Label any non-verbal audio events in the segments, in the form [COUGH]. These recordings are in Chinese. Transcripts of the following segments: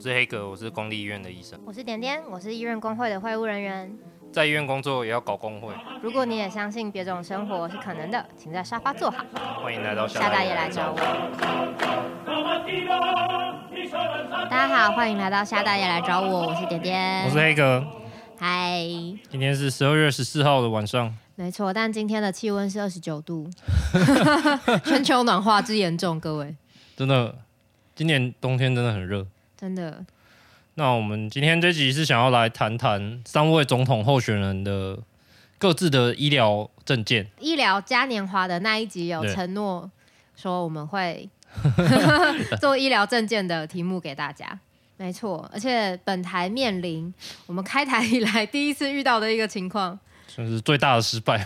是黑格，我是公立医院的医生，我是点点，我是医院工会的会务人员。在医院工作也要搞工会。如果你也相信别种生活是可能的，请在沙发坐好，欢迎来到夏大爷来找我。大家好，欢迎来到夏大爷来找我，我是点点，我是黑格。嗨，今天是十二月十四号的晚上，没错，但今天的气温是二十九 [LAUGHS] 度， [LAUGHS] 全球暖化之严重，各位真的，今年冬天真的很热。真的那我们今天这集是想要来谈谈三位总统候选人的各自的医疗证件。医疗嘉年华的那一集有对承诺说我们 [LAUGHS] 会做医疗证件的题目给大家。没错，而且本台面临我们开台以来第一次遇到的一个情况。算是最大的失败。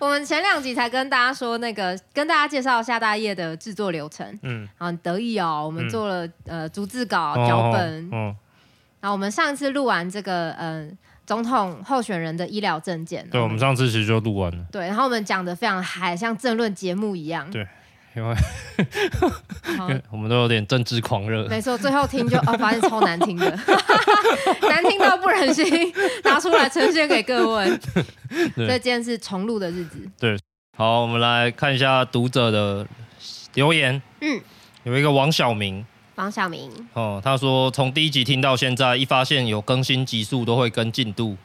我们前两集才跟大家说那个，跟大家介绍夏大业的制作流程。嗯，啊，很得意哦，我们做了、呃逐字稿、哦脚本，嗯，然后我们上次录完这个嗯、呃总统候选人的医疗证件，对，我们上次其实就录完了，对，然后我们讲的非常嗨，像政论节目一样。对因为好因为 [LAUGHS] 我们都有点政治狂 [LAUGHS] 热。没错，最后听就哦，发现超难听的， [LAUGHS] 难听到不忍心拿出来呈现给各位。 [LAUGHS] 对这今天是重录的日子，好，我们来看一下读者的留言。嗯，有一个王小明王小明，哦，他说从第一集听到现在，一发现有更新集数都会跟进度。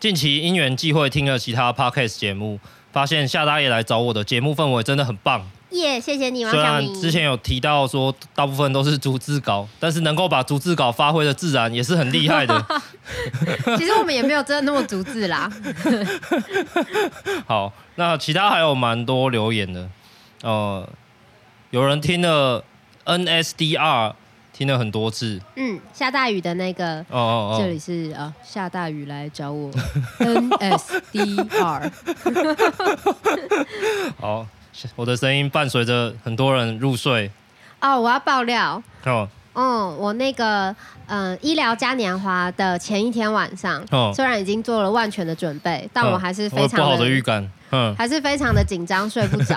近期因缘际会听了其他 podcast 节目，发现夏大爷来找我的节目氛围真的很棒。耶、谢谢你，王虽小然明。 [LAUGHS] 之前有提到说大部分都是逐字稿，但是能够把逐字稿发挥的自然也是很厉害的。其实我们也没有真的那么逐字 [LAUGHS] 啦，好，那其他还有蛮多留言的，呃，有人听了 NSDR 听了很多次，嗯，下大雨的那个。哦哦这哦里是啊，下大雨来找我 [LAUGHS] ，NSDR，好，我的声音伴随着很多人入睡，哦，我要爆料，哦嗯，我那个嗯医疗嘉年华的前一天晚上，哦，虽然已经做了万全的准备，但我还是嗯我有非不常好的的预感，嗯，还是非常的紧张，睡不 [LAUGHS] 着。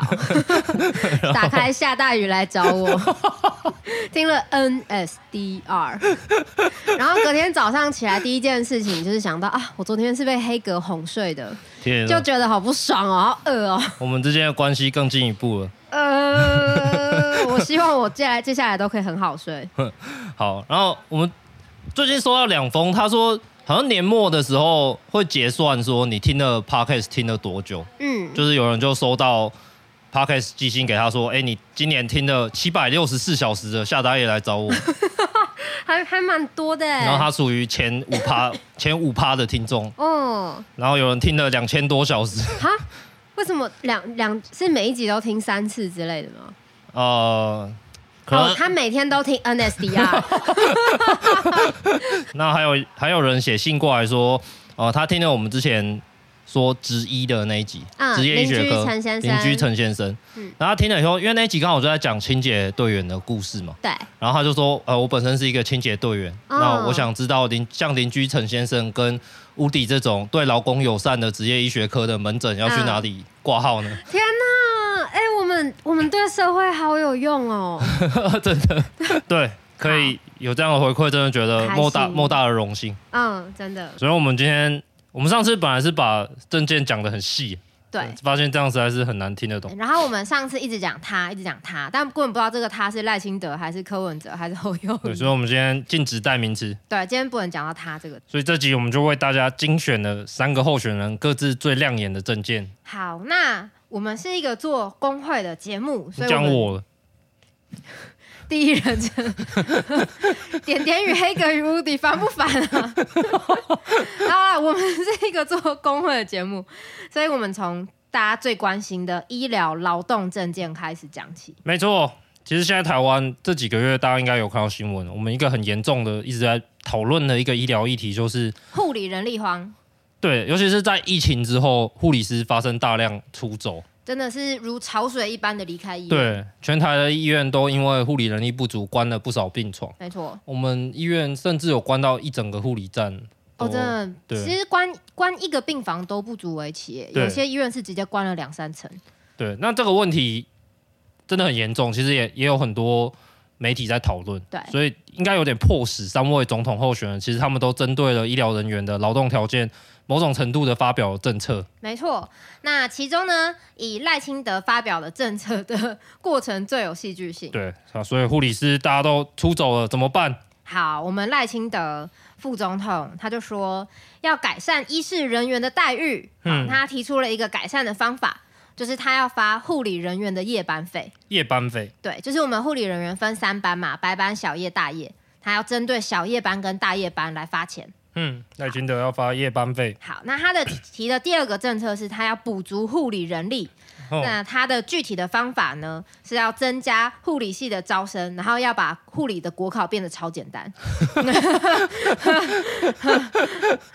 打开下大雨来找我，听了 NSDR，然后隔天早上起来第一件事情就是想到啊，我昨天是被黑格哄睡的，天就哪，觉得好不爽哦，好饿 [LAUGHS] 哦。我们之间的关系更进一步了。呃，我希望我接下来接下来都可以很 [LAUGHS] 好睡。好，然后我们最近收到两封，他说好像年末的时候会结算，说你听了 podcast 听了多久，嗯，就是有人就收到 podcast 寄信给他说，哎、你今年听了七百六十四小时的，下达也来 [LAUGHS] 找我，嗯还还蛮多的欸。然后他属于前五 [LAUGHS] 趴前五趴的听众，哦，然后有人听了两千多小时， [LAUGHS] 哈，为什么两两是每一集都听三次之类的吗？呃，可能、哦，他每天都听 [LAUGHS] NSDR。那还有还有人写信过来说，呃，他听了我们之前说职医的那一集，嗯职、业医学邻居科陈先生邻居陈先生，嗯然后他听了以后，因为那一集刚好就在讲清洁队员的故事嘛，对，然后他就说，呃，我本身是一个清洁队员，哦那我想知道邻像邻居陈先生跟乌迪这种对劳工友善的职业医学科的门诊要去嗯哪里挂号呢？天哪，哎、我们我们对社会好有 [LAUGHS] 用哦。真的， [LAUGHS] 对，可以有这样的回馈，真的觉得嗯开莫大心莫大的荣幸。嗯，真的，所以我们今天，我们上次本来是把证件讲的很细，对。发现这样实在是很难听得懂。然后我们上次一直讲他，一直讲他，但根本不知道这个他是赖清德还是柯文哲还是侯友对，宜。所以我们今天禁止代名词，对，今天不能讲到他这个。所以这集我们就为大家精选了三个候选人各自最亮眼的证件。好，那我们是一个做工会的节目，所以我讲们我了，第一 [LAUGHS] 人称，点点与黑格与无敌烦不烦 [LAUGHS] 啊？啊，我们是一个做工会的节目，所以我们从大家最关心的医疗劳动证件开始讲起。没错。其实现在台湾这几个月，大家应该有看到新闻，我们一个很严重的一直在讨论的一个医疗议题，就是护理人力荒对，尤其是在疫情之后，护理师发生大量出走，真的是如潮水一般的离开医院，对，全台的医院都因为护理能力不足，关了不少病床。没错。我们医院甚至有关到一整个护理站。哦，都真的，对其实关关一个病房都不足为奇耶，对有些医院是直接关了两三层。对，那这个问题真的很严重，其实也也有很多媒体在讨论，对所以应该有点迫使三位总统候选人，其实他们都针对了医疗人员的劳动条件，某种程度的发表政策。没错，那其中呢，以赖清德发表的政策的过程最有戏剧性。对啊，所以护理师大家都出走了，怎么办？好，我们赖清德副总统他就说要改善医事人员的待遇，嗯嗯，他提出了一个改善的方法，就是他要发护理人员的夜班费。夜班费，对，就是我们护理人员分三班嘛，白班、小夜、大夜，他要针对小夜班跟大夜班来发钱。嗯，赖清德要发夜班费，好，那他的 [COUGHS] 提的第二个政策是，他要补足护理人力。哦那他的具体的方法呢，是要增加护理系的招生，然后要把护理的国考变得超简单。 [LAUGHS]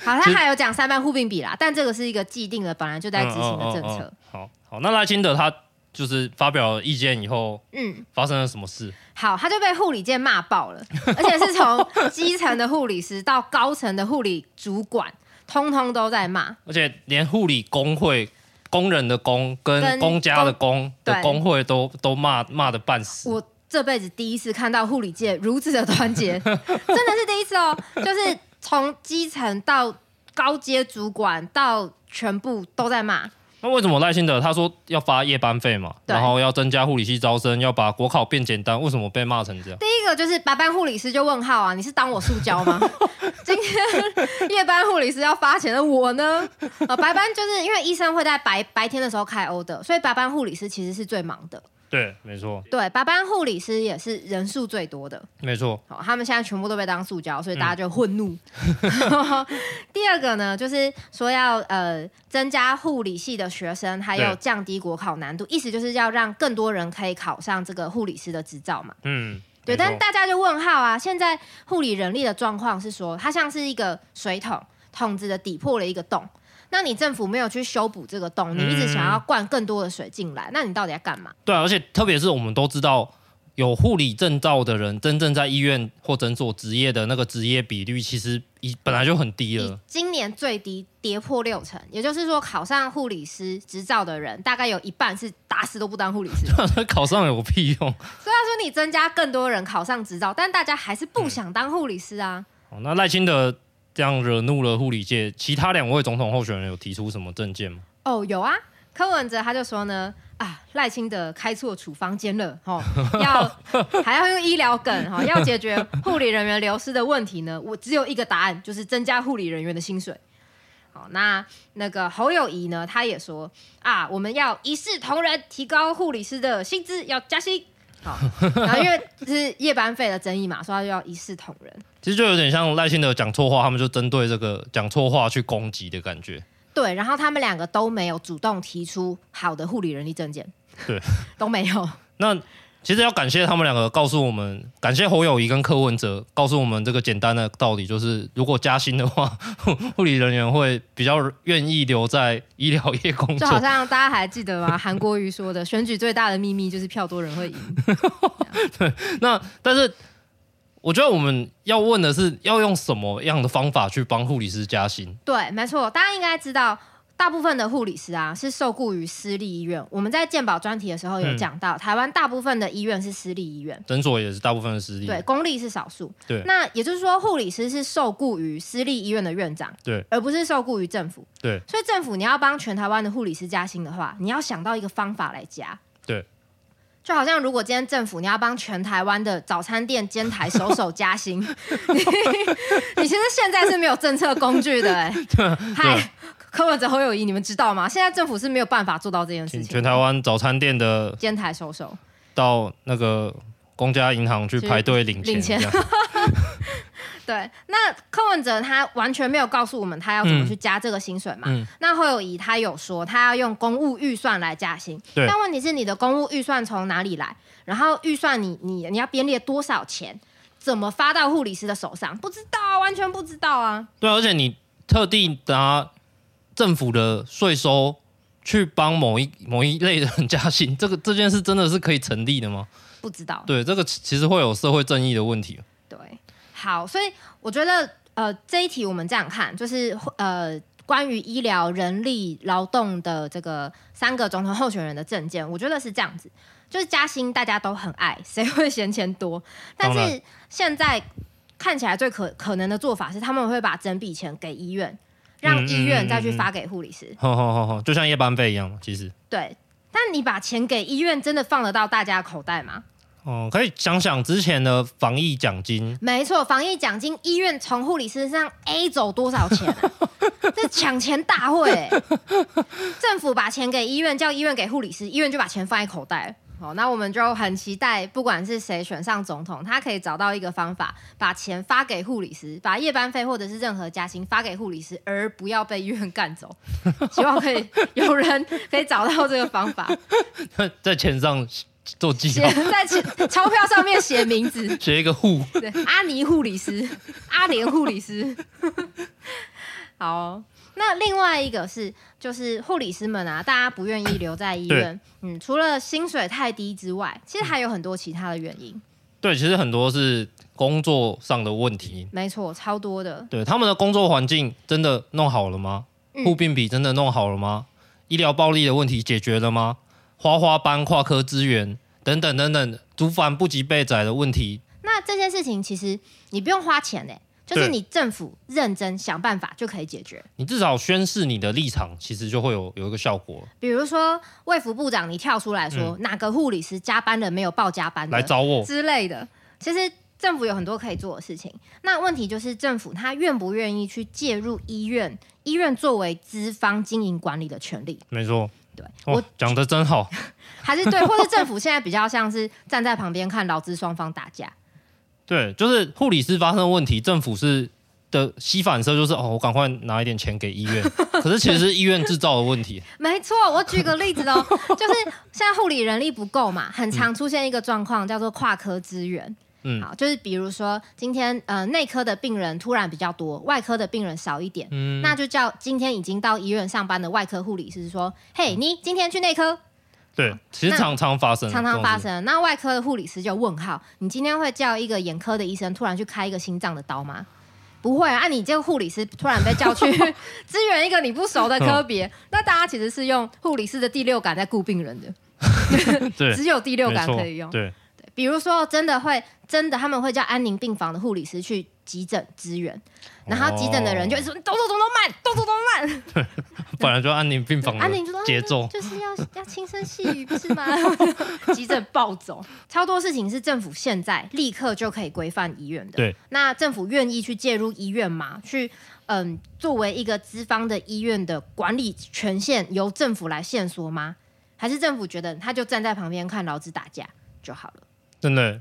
好，他还有讲三班护病比啦，但这个是一个既定的，本来就在执行的政嗯嗯嗯策嗯。好好，那赖清德他就是发表了意见以后，嗯，发生了什么事？好，他就被护理界骂爆了，而且是从基层的护理师到高层的护理主管，通通都在骂。而且连护理工会。工人的工跟跟公家的工的对工会都都骂骂的半死，我这辈子第一次看到护理界如此的团结，真的是第一次哦。就是从基层到高阶主管到全部都在骂，那为什么赖清德他说要发夜班费嘛，对然后要增加护理系招生，要把国考变简单，为什么被骂成这样？第一个就是白班护理师就问号啊，你是当我塑胶吗？今天夜班护理师要发钱的我呢？呃，白班就是因为医生会在白白天的时候开欧的，所以白班护理师其实是最忙的。对，没错，对，白班护理师也是人数最多的。没错，好，他们现在全部都被当塑胶，所以嗯大家就 [LAUGHS] 混怒。 [LAUGHS] 第二个呢，就是说要呃增加护理系的学生，还有对降低国考难度，意思就是要让更多人可以考上这个护理师的执照嘛。嗯，对，但没是错大家就问号啊，现在护理人力的状况是说，它像是一个水桶，桶子的底破了一个洞。那你政府没有去修补这个洞，你一直嗯想要灌更多的水进来，那你到底在干嘛？对啊，而且特别是我们都知道，有护理证照的人，真正在医院或诊所执业的那个执业比率，其实已本来就很低以 [LAUGHS] 了，今年最低跌破六成，也就是说，考上护理师执照的人，大概有一半是打死都不当护理师。虽考上有屁用？然说你增加更多人考上执照，但大家还是不想当护理师啊。哦那赖清德这样惹怒了护理界，其他两位总统候选人有提出什么政见吗？哦，有啊，柯文哲他就说呢，啊，赖清德开错处方间了，哦，要还要用医疗梗，哦，要解决护理人员流失的问题呢，我只有一个答案，就是增加护理人员的薪水。好，那那个侯友谊呢，他也说啊，我们要一视同仁，提高护理师的薪资，要加薪。好，然后因为是夜班费的争议嘛，说他就要一视同仁。其实就有点像赖清德讲错话，他们就针对这个讲错话去攻击的感觉。对，然后他们两个都没有主动提出好的护理人力证件，对，都没有。那其实要感谢他们两个，告诉我们，感谢侯友谊跟柯文哲，告诉我们这个简单的道理，就是如果加薪的话， [LAUGHS] 护理人员会比较愿意留在医疗业工就好作。像大家还 [LAUGHS] 记得吗？韩国瑜说的，选举最大的秘密就是票多人会赢。那但是我觉得我们要问的是，要用什么样的方法去帮护理师加薪？对，没错，大家应该知道，大部分的护理师啊是受雇于私立医院。我们在健保专题的时嗯候有讲到，台湾大部分的医院是私立医院，诊所也是大部分的私立，对，公立是少数。对那也就是说，护理师是受雇于私立医院的院长，对，而不是受雇于政府。对，所以政府你要帮全台湾的护理师加薪的话，你要想到一个方法来加。对。就好像如果今天政府你要帮全台湾的早餐店兼台手手 [LAUGHS] 加薪，你 [LAUGHS] 你其实现在是没有政策工具 [LAUGHS] 的、欸。啊嗨，柯文哲、侯友谊，你们知道吗？现在政府是没有办法做到这件事请情。全台湾早餐店的兼台手手，到那个公家银行去去排队领领钱钱这样，对，那柯文哲他完全没有告诉我们他要怎么去加这个薪水嘛。嗯那侯友谊他有说他要用公务预算来加薪，对但问题是你的公务预算从哪里来？然后预算你你你要编列多少钱？怎么发到护理师的手上？不知道啊，完全不知道啊。 [LAUGHS] 对啊，而且你特地拿政府的税收去帮某一某一类的人加薪， [LAUGHS] 这个这件事真的是可以成立的吗？不知道。对，这个其其实会有社会正义的问题。对，好，所以我觉得呃这一题我们这样看，就是呃。关于医疗、人力、劳动的这个三个总统候选人的政见，我觉得是这样子。就是加薪大家都很爱，谁会嫌钱多？但当是然现在看起来最可可能的做法是，他们会把整笔钱给医院，让嗯医院嗯再去嗯嗯发给护理师。吼吼吼吼，就像夜班费一样嘛，其实。对，但你把钱给医院，真的放得到大家口袋吗？哦，可以想想之前的防疫奖金， [LAUGHS] 没错，防疫奖金医院从护理师身上 A 走多少钱、啊？这抢钱大会欸、政府把钱给医院，叫医院给护理师，医院就把钱放在口袋。好，那我们就很期待，不管是谁选上总统，他可以找到一个方法，把钱发给护理师，把夜班费或者是任何加薪发给护理师，而不要被医院干走。希望可以有人可以找到这个方法，在钱上做记写号，在钱 [LAUGHS] 钞票上面写名字。写一个户。对，阿尼护理师，阿莲护理师。好哦、那另外一个是，就是护理师们啊，大家不愿意留在医院，嗯，除了薪水太低之外，其实还有很多其他的原因。对，其实很多是工作上的问题。没错，超多的。对，他们的工作环境真的弄好了吗？嗯护病比真的弄好了吗？医疗暴力的问题解决了吗？花花班、跨科资源等等等等，竹凡不及被宰的问题，那这件事情其实你不用花钱嘞、就是对你政府认真想办法就可以解决。你至少宣示你的立场，其实就会有有一个效果比如说，卫福部长你跳出来说，哪个护理师加班了没有报加班嗯的，来找我。之类的。其实政府有很多可以做的事情，那问题就是政府他愿不愿意去介入医院，医院作为资方经营管理的权利，没错，对哦我，讲的真好。还是对，或是政府现在比较像是站在旁边看劳资双方打架。对，就是护理师发生问题，政府是的吸反射就是哦，我赶快拿一点钱给医 [LAUGHS] 院。可是其实是医院制造的问题，没错，我举个例子 [LAUGHS] 喽，就是现在护理人力不够嘛，很常出现一个状况叫做跨科资源。嗯好，就是比如说今天呃内科的病人突然比较多，外科的病人少一点，嗯那就叫今天已经到医院上班的外科护理师嗯说，嘿，你今天去内科，对，其实那常常发生，常常这种发事。生。那外科的护理师就问号：你今天会叫一个眼科的医生突然去开一个心脏的刀吗？不会啊！啊你这个护理师突然被叫 [LAUGHS] 去支援一个你不熟的科别，那大家其实是用护理师的第六感在顾病人的，对，只有第六没感错可以用。对，对比如说，真的会真的他们会叫安宁病房的护理师去急诊支援，然后急诊的人就哦会说：动作动作慢，动作动作慢。本来就安宁病房安啊宁就的说节奏，就是 [LAUGHS] 要要轻声细语，不是吗？急诊暴走，超多事情是政府现在立刻就可以规范医院的。对，那政府愿意去介入医院吗？去嗯，作为一个资方的医院的管理权限由政府来限缩吗？还是政府觉得他就站在旁边看劳资打架就好了？真的。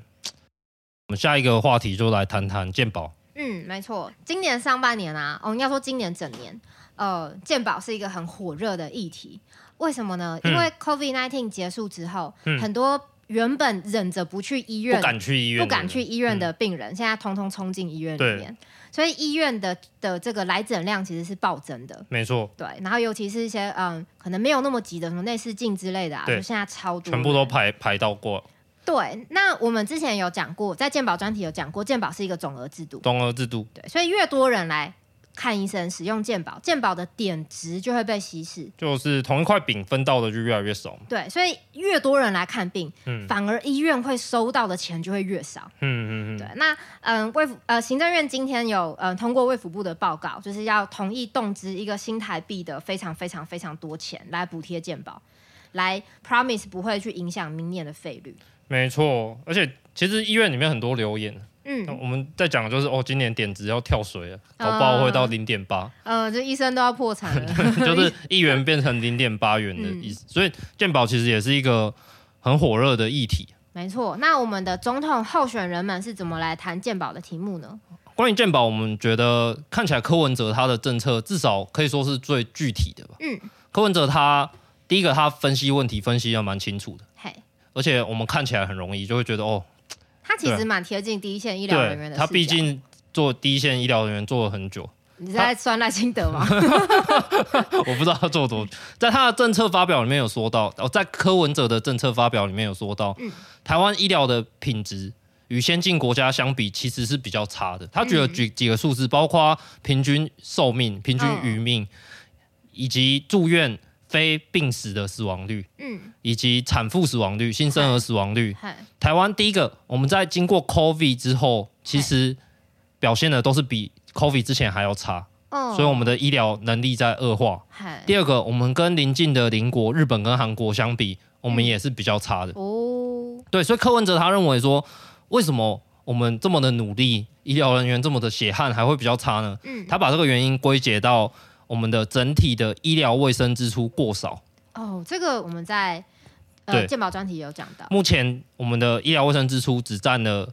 我们下一个话题就来谈谈健保。嗯，没错，今年上半年啊，哦，应该说今年整年，呃，健保是一个很火热的议题。为什么呢？因为 COVID 1 9结束之后，嗯很多原本忍着不去医院、不敢去医院，嗯不敢去。医院的病人，现在通通冲进医院里对面，所以医院的的这个来诊量其实是暴增的。没错，对，然后尤其是一些嗯，可能没有那么急的，什么内视镜之类的啊，对就现在超多，全部都排排到过。对。那我们之前有讲过，在健保专题有讲过，健保是一个总额制度，东额制度，对，所以越多人来看医生，使用健保，健保的点值就会被稀释。就是同一块饼分到的就越来越少。对，所以越多人来看病，嗯反而医院会收到的钱就会越少。嗯嗯对嗯，，那嗯，卫福呃，行政院今天有嗯通过卫福部的报告，就是要同意动支一个新台币的非常非常非常多钱来补贴健保，来 promise 不会去影响明年的费率。没错。而且其实医院里面很多留言，那嗯，啊我们在讲的就是哦，今年点值要跳水了，搞不好会到零点 [LAUGHS] 八，呃，这医生都要破产了。 [LAUGHS] 就是一元变成零点八元的意思。嗯所以健保其实也是一个很火热的议题。没错，那我们的总统候选人们是怎么来谈健保的题目呢？关于健保，我们觉得看起来柯文哲他的政策至少可以说是最具体的吧。嗯，柯文哲他第一个他分析问题分析的蛮清楚的，嘿，而且我们看起来很容易就会觉得哦，他其实蛮贴近第一线医疗人对员的，他视毕角竟做第一线医疗人员做了很久，你是在酸赖清德吗？我不知道他做多久，在他的政策发表里面有说到，哦，在柯文哲的政策发表里面有说到，台湾医疗的品质与先进国家相比，其实是比较差的。他举了举几个数字，包括平均寿命、平均余命、以及住院非病死的死亡率， [LAUGHS] 嗯，以及产妇死亡率、新生儿死亡率。嗨，台湾第一个，我们在经过 COVID 之后，其实表现的都是比 COVID 之前还要差，哦，所以我们的医疗能力在恶化。嗨，第二个，我们跟邻近的邻国日本跟韩国相比，我们也是比较差的。哦，对，所以柯文哲他认为说，为什么我们这么的努力，医疗人员这么的血汗，还会比较差呢？嗯，他把这个原因归结到我们的整体的医疗卫生支出过少。哦，这个我们在呃对健保专题也有讲到，目前我们的医疗卫生支出只占了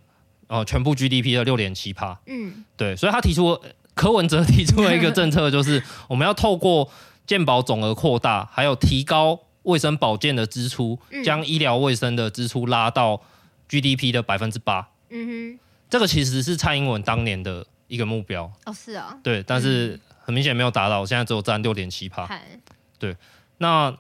呃全部 GDP 的六点七趴。嗯，对，所以他提出了柯文哲提出了一个政策，就是我们要透过健保总额扩大，还有提高卫生保健的支出，嗯将医疗卫生的支出拉到 GDP 的百分之八。嗯这个其实是蔡英文当年的一个目标，哼，哦，是哦，对，但是很明显没有达到，现在只有占六点七趴。嗨，那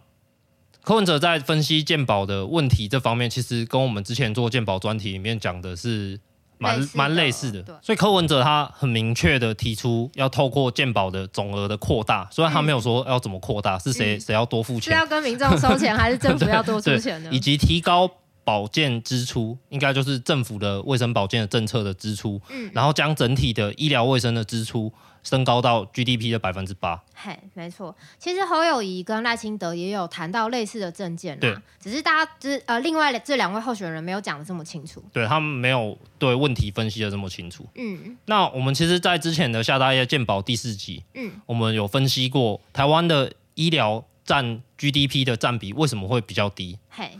柯文哲在分析健保的问题这方面，其实跟我们之前做健保专题里面讲的是蛮类似的蛮类似的对。所以柯文哲他很明确的提出要透过健保的总额的扩大，虽然他没有说要怎么扩大，是谁嗯谁要多付是钱，要跟民众收钱，还是政府要 [LAUGHS] 多出钱呢以？及提高保健支出，应该就是政府的卫生保健的政策的支出，嗯然后将整体的医疗卫生的支出升高到 GDP 的百分之八。嘿，没错。其实侯友谊跟赖清德也有谈到类似的证件对啦，只是大家之呃，另外这两位候选人没有讲的这么清楚。对他们没有对问题分析的这么清楚。嗯那我们其实，在之前的下大夜鉴宝第四集，嗯，我们有分析过台湾的医疗占 GDP 的占比为什么会比较低。嘿，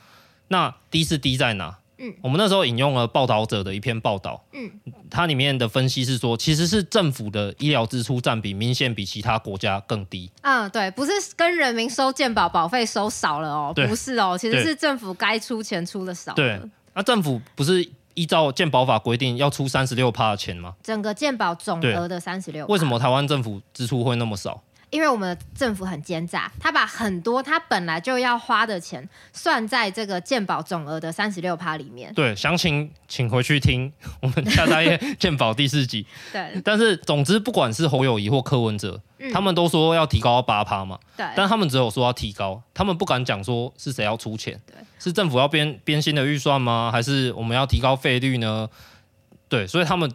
那低是低在哪？嗯我们那时候引用了报道者的一篇报道，嗯它里面的分析是说，其实是政府的医疗支出占比明显比其他国家更低。嗯，对，不是跟人民收健保保费收少了哦，对不是哦，其实对是政府该出钱出的少了。对，那政府不是依照健保法规定要出三十六趴的钱吗？整个健保总额的三十六，为什？么台湾政府支出会那么少？因为我们的政府很奸诈，他把很多他本来就要花的钱算在这个健保总额的三十六趴里面。对，详情请回去听我们下大夜鉴宝第四集。对但是总之，不管是侯友谊或柯文哲，嗯哎他们都说要提高八趴嘛，对，但他们只有说要提高，他们不敢讲说是谁要出钱对，是政府要编编新的预算吗？还是我们要提高费率呢？对，所以他们，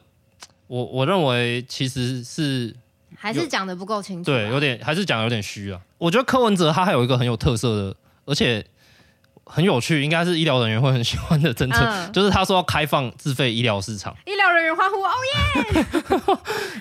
我我认为其实是还是讲的不够清楚啊。对，有点还是讲有点虚啊。我觉得柯文哲他还有一个很有特色的，而且很有趣，应该是医疗人员会很喜欢的政策，嗯就是他说要开放自费医疗市场。医疗人员欢呼哦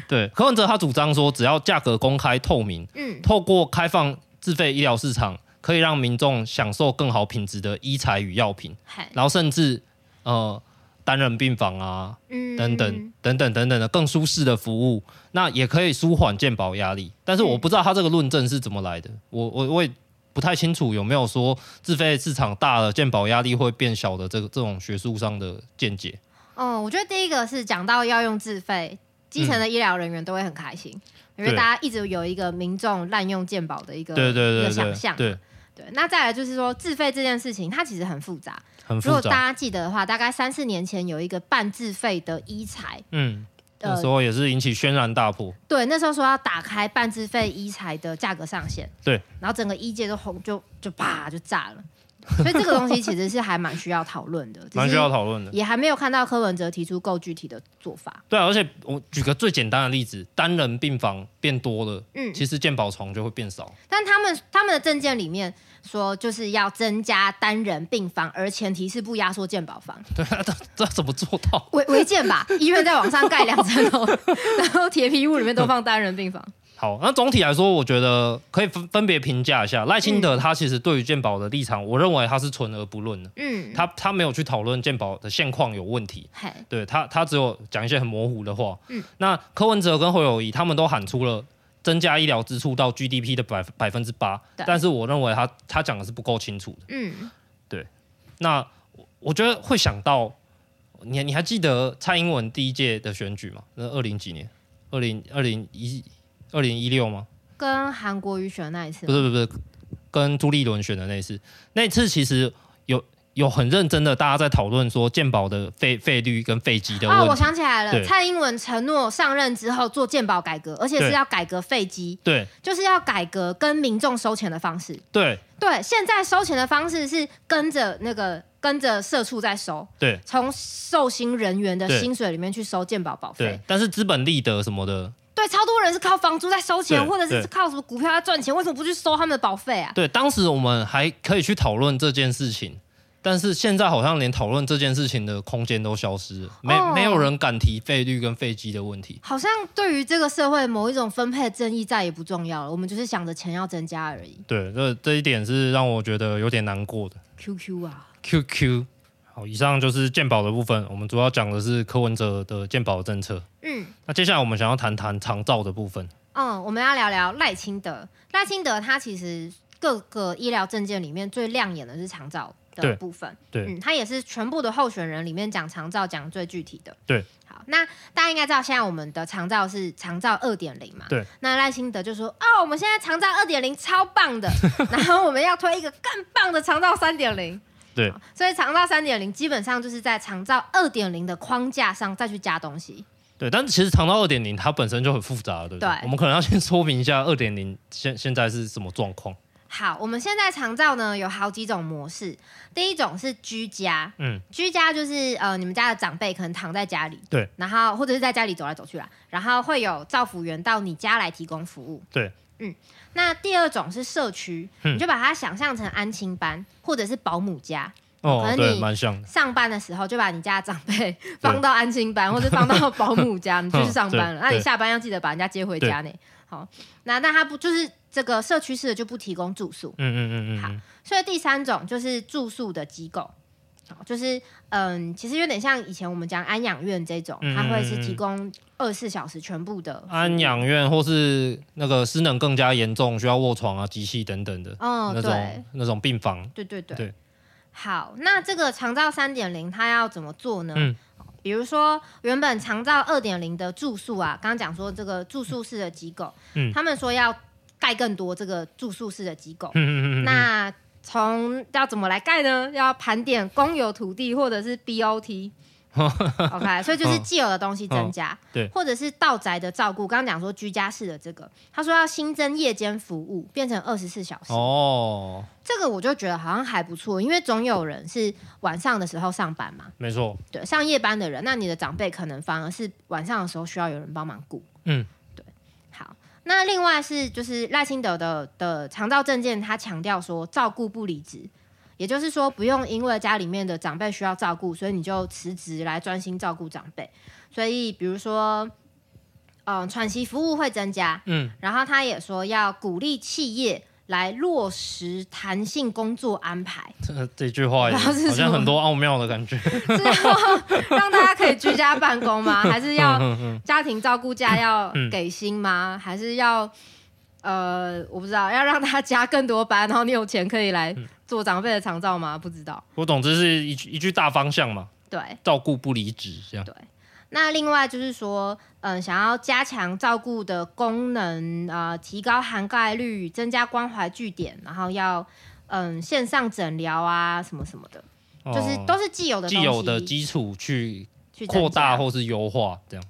对，柯文哲他主张说，只要价格公开透明，嗯透过开放自费医疗市场，可以让民众享受更好品质的医材与药品，嗨，然后甚至呃单人病房啊嗯等等、等等等等的更舒适的服务，那也可以舒缓健保压力。但是我嗯不知道他这个论证是怎么来的，我我我也不太清楚有没有说自费市场大了，健保压力会变小的这个这种学术上的见解。嗯，我觉得第一个是讲到要用自费，基层的医疗人员都会很开心，因为嗯对大家一直有一个民众滥用健保的一个对一对个对想对象。对，对，那再来就是说自费这件事情，它其实很复杂。很如复果大杂。家记得的话，大概三四年前有一个半自费的医材，嗯，那呃时，候也是引起轩然大波。对，那时候说要打开半自费医材的价格上限，对，然后整个医界都红，就就啪就炸了。所以这个东西其实是还蛮需要讨论的，只蛮是需要讨论的。也还没有看到柯文哲提出够具体的做法。对啊，而且我举个最简单的例子，单人病房变多了，嗯，其实健保床就会变少。但他们他们的证件里面说，就是要增加单人病房，而前提是不压缩健保房，对啊，这这怎么做到？违违建吧？医院在往上盖两层楼，然后铁皮屋里面都放单人病房。好，那总体来说，我觉得可以分分别评价一下赖清德他其实对于健保的立场，我认为他是存而不论的，嗯，他他没有去讨论健保的现况有问题。嘿，对他，他只有讲一些很模糊的话。嗯那柯文哲跟侯友谊他们都喊出了增加医疗支出到 GDP 的百百分之八对，但是我认为他他讲的是不够清楚的。嗯，那我我觉得会想到你，你还记得蔡英文第一届的选举吗？那二零几年，二零二零一二零一六吗？跟韩国瑜选那一次不，是不是不是，跟朱立伦选的那一次，那一次其实有。有很认真的大家在讨论说健保的费费率跟费基的哦，我问题。想起来了，对蔡英文承诺上任之后做健保改革，而且是对要改革废机，对就是要改革跟民众收钱的方式。对对，现在收钱的方式是跟着那个跟着社畜在收，对从受薪人员的对薪水里面去收健保保费对。，但是资本利得什么的，对，超多人是靠房租在收钱，对或者是对靠什么股票在赚钱，为什么不去收他们的保费啊？对，当时我们还可以去讨论这件事情，但是现在好像连讨论这件事情的空间都消失了，没、哦没有人敢提费率跟费基的问题。好像对于这个社会某一种分配的正义再也不重要了，我们就是想着钱要增加而已。对，这这一点是让我觉得有点难过的。 QQ 啊， QQ，好，以上就是健保的部分，我们主要讲的是柯文哲的健保政策。嗯那接下来我们想要谈谈长照的部分。嗯，我们要聊聊赖清德。赖清德他其实各个医疗证件里面最亮眼的是长照的对部分，对嗯，他也是全部的候选人里面讲长照讲最具体的。对，好，那大家应该知道，现在我们的长照是长照二点零嘛？对。那赖清德就说：“哦，我们现在长照二点零超 [LAUGHS] 棒的，然后我们要推一个更棒的长照三点零。”对，所以长照三点零基本上就是在长照二点零的框架上再去加东西。对，但其实长照二点零它本身就很复杂了，对不对？对我们可能要先说明一下二点零现现在是什么状况。好，我们现在长照呢有好几种模式，第一种是居家，嗯，居家就是呃你们家的长辈可能躺在家里，对，然后或者是在家里走来走去啦，然后会有照服员到你家来提供服务，对，嗯。那第二种是社区，嗯你就把它想象成安亲班或者是保姆家，哦可，能对，你蛮像的。上班的时候就把你家的 [LAUGHS] 长辈放到安亲班，或者放到保姆家，你就去上班了。嗯对那你对下班要记得把人家接回家呢。好，那那他不就是这个社区式的就不提供住宿，嗯嗯嗯好嗯所以第三种就是住宿的机构。好就是嗯，其实有点像以前我们讲安养院这种，嗯它会是提供二十四小时全部的嗯，安。养院或是那个失能更加严重，需要卧床啊、机器等等的、哦，那对种那种病房。对对对。对好，那这个长照三点零它要怎么做呢？哦嗯比如说，原本长照二点零的住宿啊，刚刚讲说这个住宿式的机构，嗯他们说要盖更多这个住宿式的机构，嗯嗯嗯嗯嗯，那从要怎么来盖呢？要盘点公有土地或者是 [LAUGHS] BOT。OK，所以就是既有的东西增加，嗯对或者是道宅的照顾。刚刚讲说居家式的这个，他说要新增夜间服务，变成二十四小时。哦，这个我就觉得好像还不错，因为总有人是晚上的时候上班嘛，没错，对，上夜班的人，那你的长辈可能反而是晚上的时候需要有人帮忙顾。嗯，对。好，那另外是就是赖清德的的长照证件，他强调说照顾不离职，也就是说不用因为家里面的长辈需要照顾，所以你就辞职来专心照顾长辈。所以比如说，嗯、喘息服务会增加，嗯，然后他也说要鼓励企业。来落实弹性工作安排，这这句 [LAUGHS] 话也不知好道是什像么很多奥妙的感觉。 [LAUGHS] 是要让大家可以居家办 [LAUGHS] 公吗？还是要嗯嗯家庭照顾假要嗯给薪吗？还是要呃，我不知道，要让他加更多班，然后你有钱可以嗯来做长辈的长照吗？不知道。我总之是一句一句大方向嘛，对，照顾不离职这样。那另外就是说，嗯、想要加强照顾的功能，呃，提高涵盖率，增加关怀据点，然后要嗯、线上诊疗啊，什么什么的，就是哦都是既有的东既西有的基础去去增扩大加或是优化这样。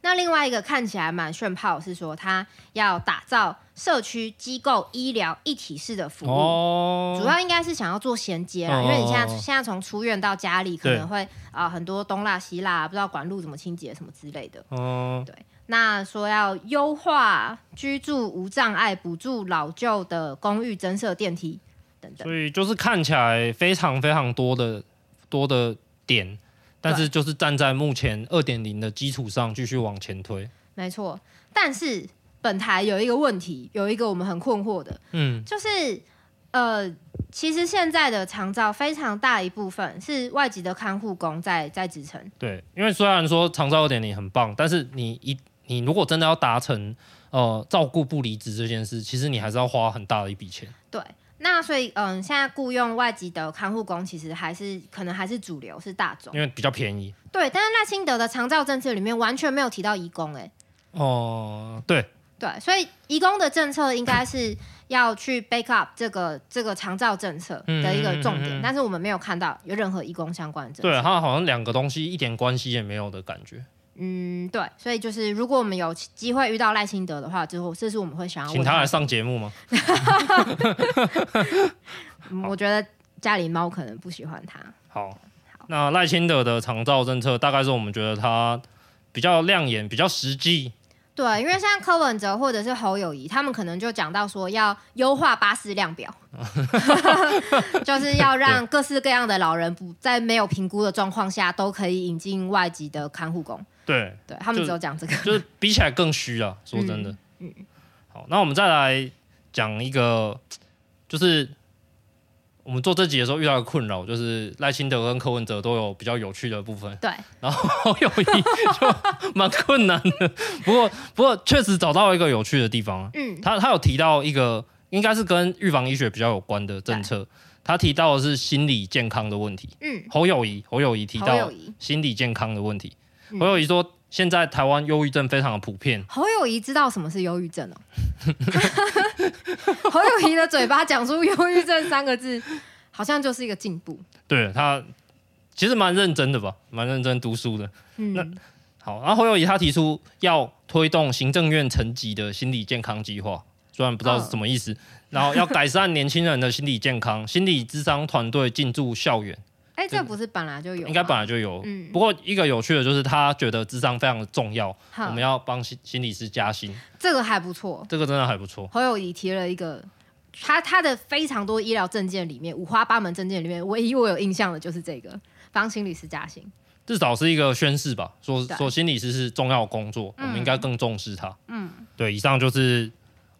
那另外一个看起来蛮炫炮，是说他要打造社区机构医疗一体式的服务，哦，主要应该是想要做衔接啦，哦因为你现在哦哦现在从出院到家里，可对能会啊、呃很多东拉西拉，不知道管路怎么清洁什么之类的。哦，那说要优化居住无障碍，补助老旧的公寓增设电梯等等。所以就是看起来非常非常多的多的点，但是就是站在目前二点零的基础上继续往前推。没错，但是本台有一个问题，有一个我们很困惑的，嗯，就是呃，其实现在的长照非常大一部分是外籍的看护工在在支撑。对，因为虽然说长照二点零很棒，但是你一你如果真的要达成呃照顾不离职这件事，其实你还是要花很大的一笔钱。对，那所以嗯，现在雇佣外籍的看护工其实还是可能还是主流是大众。因为比较便宜。对，但是赖清德的长照政策里面完全没有提到移工、欸，哦、对，对，所以移工的政策应该是要去 back up 这个这个长照政策的一个重嗯点，嗯嗯嗯嗯但是我们没有看到有任何义工相关的政策。对啊它好像两个东西一点关系也没有的感觉，嗯，对，所以就是如果我们有机会遇到赖清德的话，之后这啊是我们会想要请问他来他。上节目吗？嗯我觉得家里猫可能不喜欢他。好，那赖清德的长照政策大概是我们觉得他比较亮眼、比较实际，对，啊因为像柯文哲或者是侯友谊，他们可能就讲到说要优化巴士 [LAUGHS] 量表，就是要让各式各样的老人不在没有评估的状况下都可以引进外籍的看护工。 [LAUGHS] 对，对他们就只有讲这个。就是比起来更虚啊。说真的，好，那我们再来讲一个，就是我们做这集的时候遇到的困扰，就是赖清德跟柯文哲都有比较有趣的部分， [LAUGHS] 对，然后侯友谊就蛮困难的。不过，不过确实找到一个有趣的地方啊。嗯，他他有提到一个，应该是跟预防医学比较有关的政策。他提到的是心理健康的问题。嗯，侯友谊，侯友谊提侯到友谊心理健康的问题。嗯侯友谊说，现在台湾忧郁症非常的普遍。侯友谊知道什么是忧郁症哦。 [LAUGHS] 侯友谊的嘴巴讲出“忧郁症”三个字，好像就是一个进步。对他其实蛮认真的吧，蛮认真读书的。嗯，好，然后侯友谊他提出要推动行政院层级的心理健康计划，虽然不知道嗯是什么意思，然后要改善年轻人的心理健康，心理智商团队进驻校园，哎，这不是本来就有吗，应该本来就有。嗯不过一个有趣的就是，他觉得智商非常的重要，我好们，要帮心心理师加薪，这个还不错。这个真的还不错。侯友谊提了一个，他他的非常多医疗证件里面，五花八门证件里面，唯一我有印象的就是这个帮心理师加薪。至少是一个宣誓吧，说对说心理师是重要的工作，我们应该更重视它。嗯，对，以上就是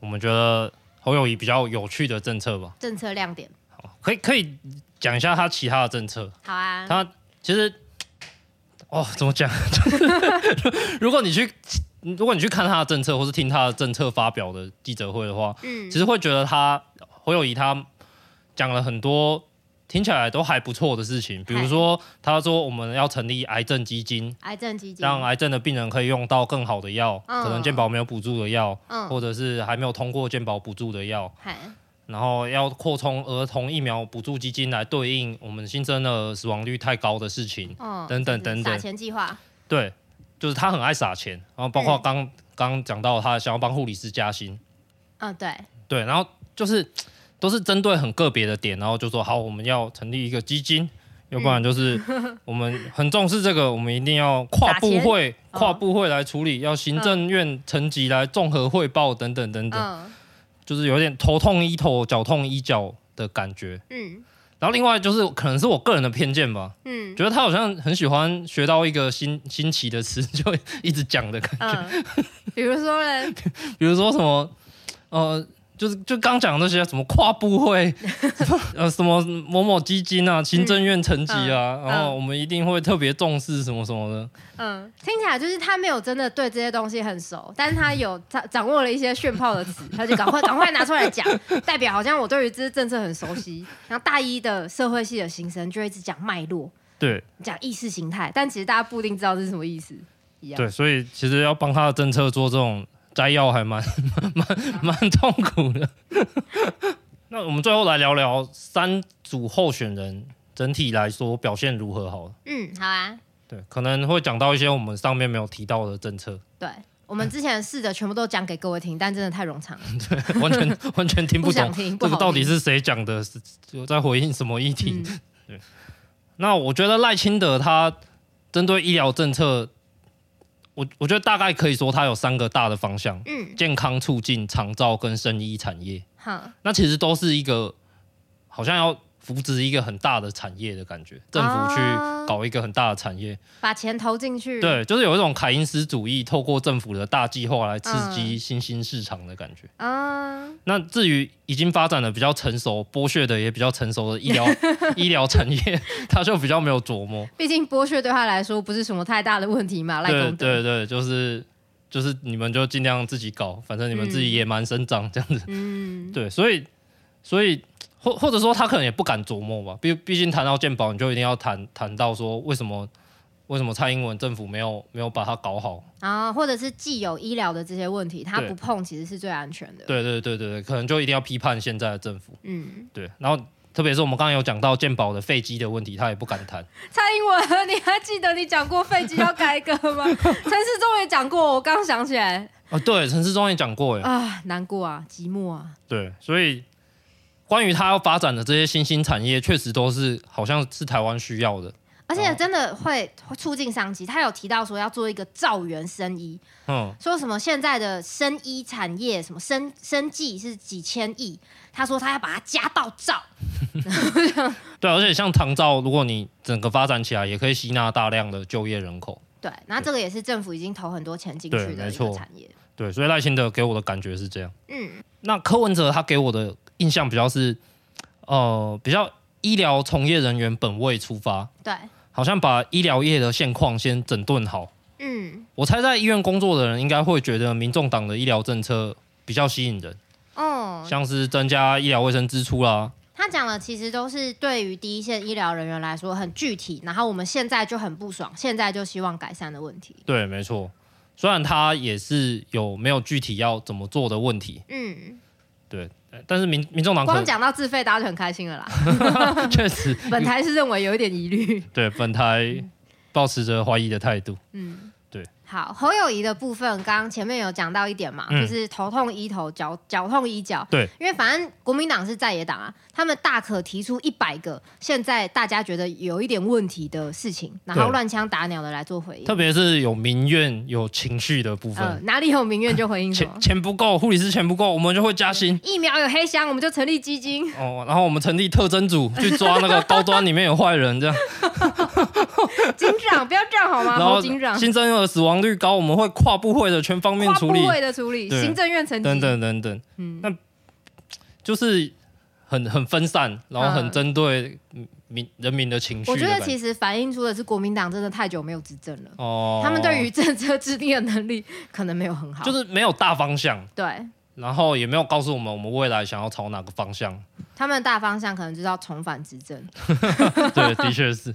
我们觉得侯友谊比较有趣的政策吧。政策亮点，好，可以可以讲一下他其他的政策。好啊。他其实，哦，怎么讲？ [LAUGHS] 就是如果你去，如果你去看他的政策，或是听他的政策发表的记者会的话，嗯其实会觉得他侯友谊他讲了很多听起来都还不错的事情，比如说他说我们要成立癌症基金，癌症哎基金，让啊癌症的病人可以用到更好的药，嗯可能健保没有补助的药，嗯，或者是还没有通过健保补助的药，嗨，然后要扩充儿童疫苗补助基金来对应我们新生儿死亡率太高的事情，嗯，等等等等撒钱计划，对，就是他很爱撒钱，然后包括刚刚刚讲到他想要帮护理师加薪，嗯，对，对，然后就是都是针对很个别的点，然后就说好，我们要成立一个基金，要不然就是 [LAUGHS] 我们很重视这个，我们一定要跨嗯打部钱会、哦跨部会来处理，要行政院层级来综合汇报等等等等，嗯就是有点头痛医头，脚痛医脚的感觉。嗯然后另外就是可能是我个人的偏见吧，嗯觉得他好像很喜欢学到一个新新奇的词，就一直讲的感觉。嗯，比如说呢，比如说什么，呃，就是就刚讲的那些什么跨部 [LAUGHS] 会，呃，什么某某基金啊，行政院层级啊，嗯然后我们一定会特别重视什么什么的。嗯，听起来就是他没有真的对这些东西很熟，但是他有掌掌握了一些炫炮的词，他就赶快赶快拿出来 [LAUGHS] 讲，代表好像我对于这些政策很熟悉。然后大一的社会系的新生就会一直讲脉络，对讲意识形态，但其实大家不一定知道这是什么意思。一样，对，所以其实要帮他的政策做这种摘要，还蛮 [LAUGHS] 蛮蛮痛苦 [LAUGHS] 的。那我们最后来聊聊三组候选人整体来说表现如何好了。嗯，好啊，对，可能会讲到一些我们上面没有提到的政策，对。我们之前试着全部都讲给各位听，但真的太冗长了，完全 [LAUGHS] 完全听不不懂想。听，不这好个到底听是谁讲的？是有在回应什么议题？ [LAUGHS] 嗯那我觉得赖清德他针对医疗政策，我我觉得大概可以说他有三个大的方向： [LAUGHS] 嗯，健康促进、长照跟生医产业。好，那其实都是一个好像要扶植一个很大的产业的感觉，政府去啊搞一个很大的产业，把钱投进去，，对，就是有一种凯因斯主义，透过政府的大计划来刺嗯激新兴市场的感觉。啊，那至于已经发展的比较成熟、剥削的也比较成熟的医 [LAUGHS] 疗医疗产业， [LAUGHS] 他就比较没有琢磨。毕竟剥削对他来说不是什么太大的问题嘛，赖对功德，对对，就是就是你们就尽量自己搞，反正你们自己野蛮生长这样子。嗯，对，所以所以或或者说他可能也不敢琢磨吧，毕毕竟谈到鉴宝，你就一定要谈谈到说为什么为什么蔡英文政府没有没有把它搞好？啊，或者是既有医疗的这些问题，他对不碰其实是最安全的。，对对对对对，可能就一定要批判现在的政府。嗯，对，然后特别是我们刚刚有讲到健保的废机的问题，他也不敢谈。蔡英文，你还记得你讲过废机要改革吗？ [LAUGHS] 陈世忠也讲过，我刚想起来啊，对，陈世忠也讲过，哎，啊，难过啊，寂寞啊，对，所以关于他要发展的这些新兴产业，确实都是好像是台湾需要的。而且哦真的会会促进商机。他有提到说要做一个造园生医，嗯，说什么现在的生医产业什么生生计是几千亿，他说他要把它加到兆。对，啊而且像唐造，如果你整个发展起来，也可以吸纳大量的就业人口。对，那这个也是政府已经投很多钱进对去的没一错个产业。对，所以赖清德给我的感觉是这样。嗯，那柯文哲他给我的印象比较是，呃，比较医疗从业人员本位出发，对，好像把医疗业的现况先整顿好。嗯，我猜在医院工作的人应该会觉得民众党的医疗政策比较吸引人，哦，像是增加医疗卫生支出啦。他讲的其实都是对于第一线医疗人员来说很具体，然后我们现在就很不爽，现在就希望改善的问题。对，没错。虽然他也是有没有具体要怎么做的问题，嗯，但是民民众党可光讲到自费，大家就很开心了啦。 [LAUGHS] 确实 [LAUGHS] 本台是认为有一点疑虑。对本台保持着怀疑的态度。嗯， [LAUGHS] 对。好，侯友谊的部分，刚刚前面有讲到一点嘛，嗯就是头痛医头，脚脚痛医脚。对，因为反正国民党是在野党啊，他们大可提出一百个现在大家觉得有一点问题的事情，然后对乱枪打鸟的来做回应特。别是有民怨、有情绪的部呃分，，哪里有民怨就回应什么钱。钱不够，护理师钱不够，我们就会加薪疫苗有黑箱，我们就成立基金。 [LAUGHS] 哦。然后我们成立特征组去抓那个高端里面有坏人，这样。警长，不要这样好吗？然后侯警长，新生儿死亡率高，我们会跨部会的全方面跨处部理，会的处理，对行政院层级等等等等。嗯那就是很很分散，然后很嗯针对民人民的情绪我的觉感。得其实反映出的是国民党真的太久没有执政了，哦，他们对于政策制定的能力可能没有很好。就是没有大方向，对然后也没有告诉我们我们未来想要朝哪个方 [LAUGHS] 向。他们的大方向可能就是要重返执政。对，的确是。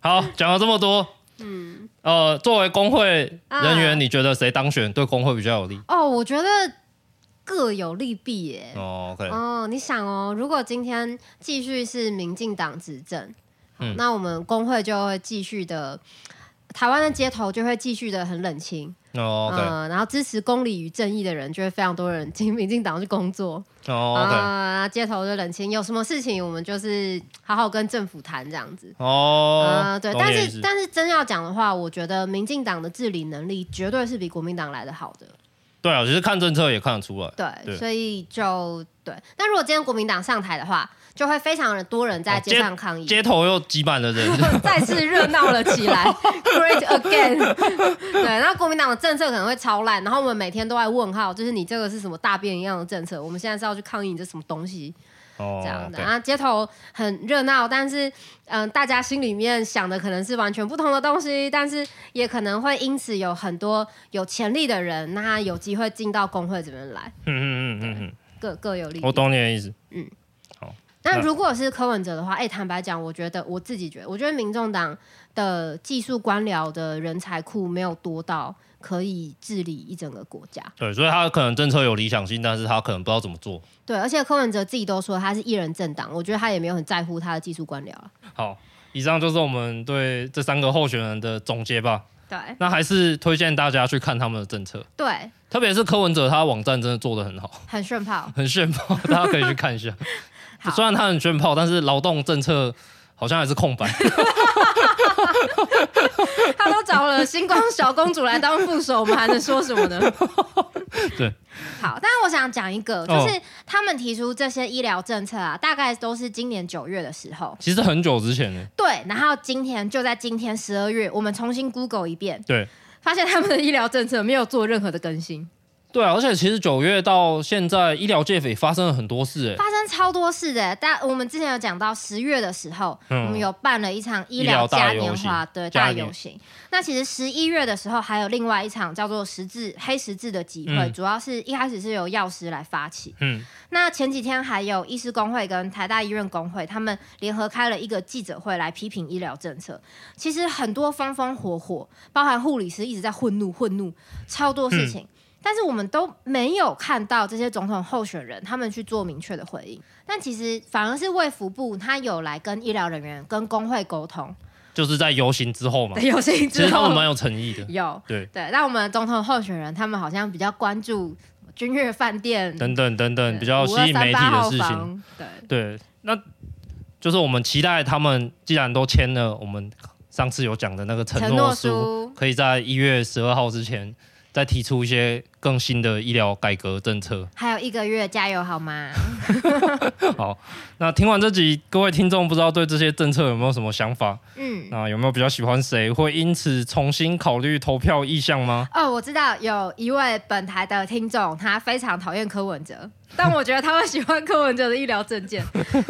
好，讲了这么多，嗯，呃，作为工会人员，啊你觉得谁当选对工会比较有利？哦，我觉得各有利弊耶。哦，OK，哦，你想哦，如果今天继续是民进党执政，好嗯那我们工会就会继续的，台湾的街头就会继续的很冷清。哦，OK，嗯，然后支持公理与正义的人，就会非常多人进 [LAUGHS] 民进党去工作哦，OK，啊、街头的冷清，有什么事情我们就是好好跟政府谈这样子。哦，啊、对，懂你但的意是思但是真要讲的话，我觉得民进党的治理能力绝对是比国民党来的好的，对啊，其实看政策也看得出来。对，对所以就对。那如果今天国民党上台的话，就会非常多人在哦街上抗议，街头又挤满了人， [LAUGHS] 再次热闹了起来，Great again。对， [LAUGHS] 然后国民党的政策可能会超烂，然后我们每天都在问号，就是你这个是什么大便一样的政策？我们现在是要去抗议你这什么东西哦这样的？对然后街头很热闹，但是嗯、呃大家心里面想的可能是完全不同的东西，但是也可能会因此有很多有潜力的人，那他有机会进到工会这边来，嗯嗯嗯嗯各各有利嗯，我弊。懂你的意思。那如果是柯文哲的话，哎、坦白讲，我觉得我自己觉得，我觉得民众党的技术官僚的人才库没有多到可以治理一整个国家。对，所以他可能政策有理想性，但是他可能不知道怎么做。对，而且柯文哲自己都说他是一人政党，我觉得他也没有很在乎他的技术官僚啊。好，以上就是我们对这三个候选人的总结吧。对那还是推荐大家去看他们的政策，对，特别是柯文哲，他网站真的做得很好，很炫炮。很炫炮， [LAUGHS] 大家可以去看一下。好虽然他很炫炮，但是劳动政策好像还是空白。 [LAUGHS] 他都找了星光小公主来当副手，我们还能说什么呢？对，好，但我想讲一个，就是他们提出这些医疗政策啊，大概都是今年九月的时候，其实很久之前了，对，然后今天就在今天十二月，我们重新 Google 一遍，对，发现他们的医疗政策没有做任何的更新。对啊，而且其实九月到现在，医疗界也发生了很多事、哎，发生超多事的。但我们之前有讲到十月的时候，嗯我们有办了一场医医疗疗大嘉游年行华，对嘉大年游行。那其实十一月的时候还有另外一场叫做十字黑十字的集会，嗯主要是一开始是由药师来发起。嗯，那前几天还有医师工会跟台大医院工会，他们联合开了一个记者会来批评医疗政策。其实很多风风火火，包含护理师一直在混怒混怒，超多嗯事情。但是我们都没有看到这些总统候选人他们去做明确的回应，但其实反而是卫福部他有来跟医疗人员、跟工会沟通，就是在游行之后嘛，对，有信哦其之实他后们蛮有诚意的，有对，对，但我们的总统候选人他们好像比较关注君悦饭店等等等等，比较吸引媒体523的号事情，房，对。对，那就是我们期待他们既然都签了我们上次有讲的那个承承诺诺书，书，可以在一月十二号之前再提出一些更新的医疗改革政 [GASPS] 策。还有一个月，加油好 [LAUGHS] 吗？好，那听完这集，各位听众不知道对这些政策有没有什么想法？嗯，那有没有比较喜欢谁？会因此重新考虑投票意向吗？哦，我知道有一位本台的听众，他非常讨厌柯文哲，但我觉得他会喜欢柯文哲的医疗 [LAUGHS] 证件，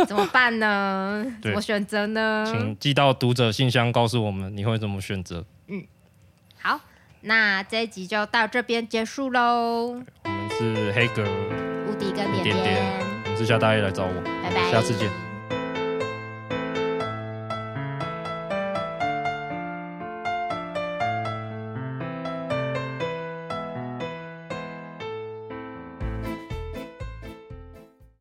怎么办呢？对怎么选择呢？请寄到读者信箱告诉我们你会怎么选择。好，那这一集就到这边结束喽。我们是黑格，无敌跟点点点点，我们是下大夜来找我，拜拜，下次见。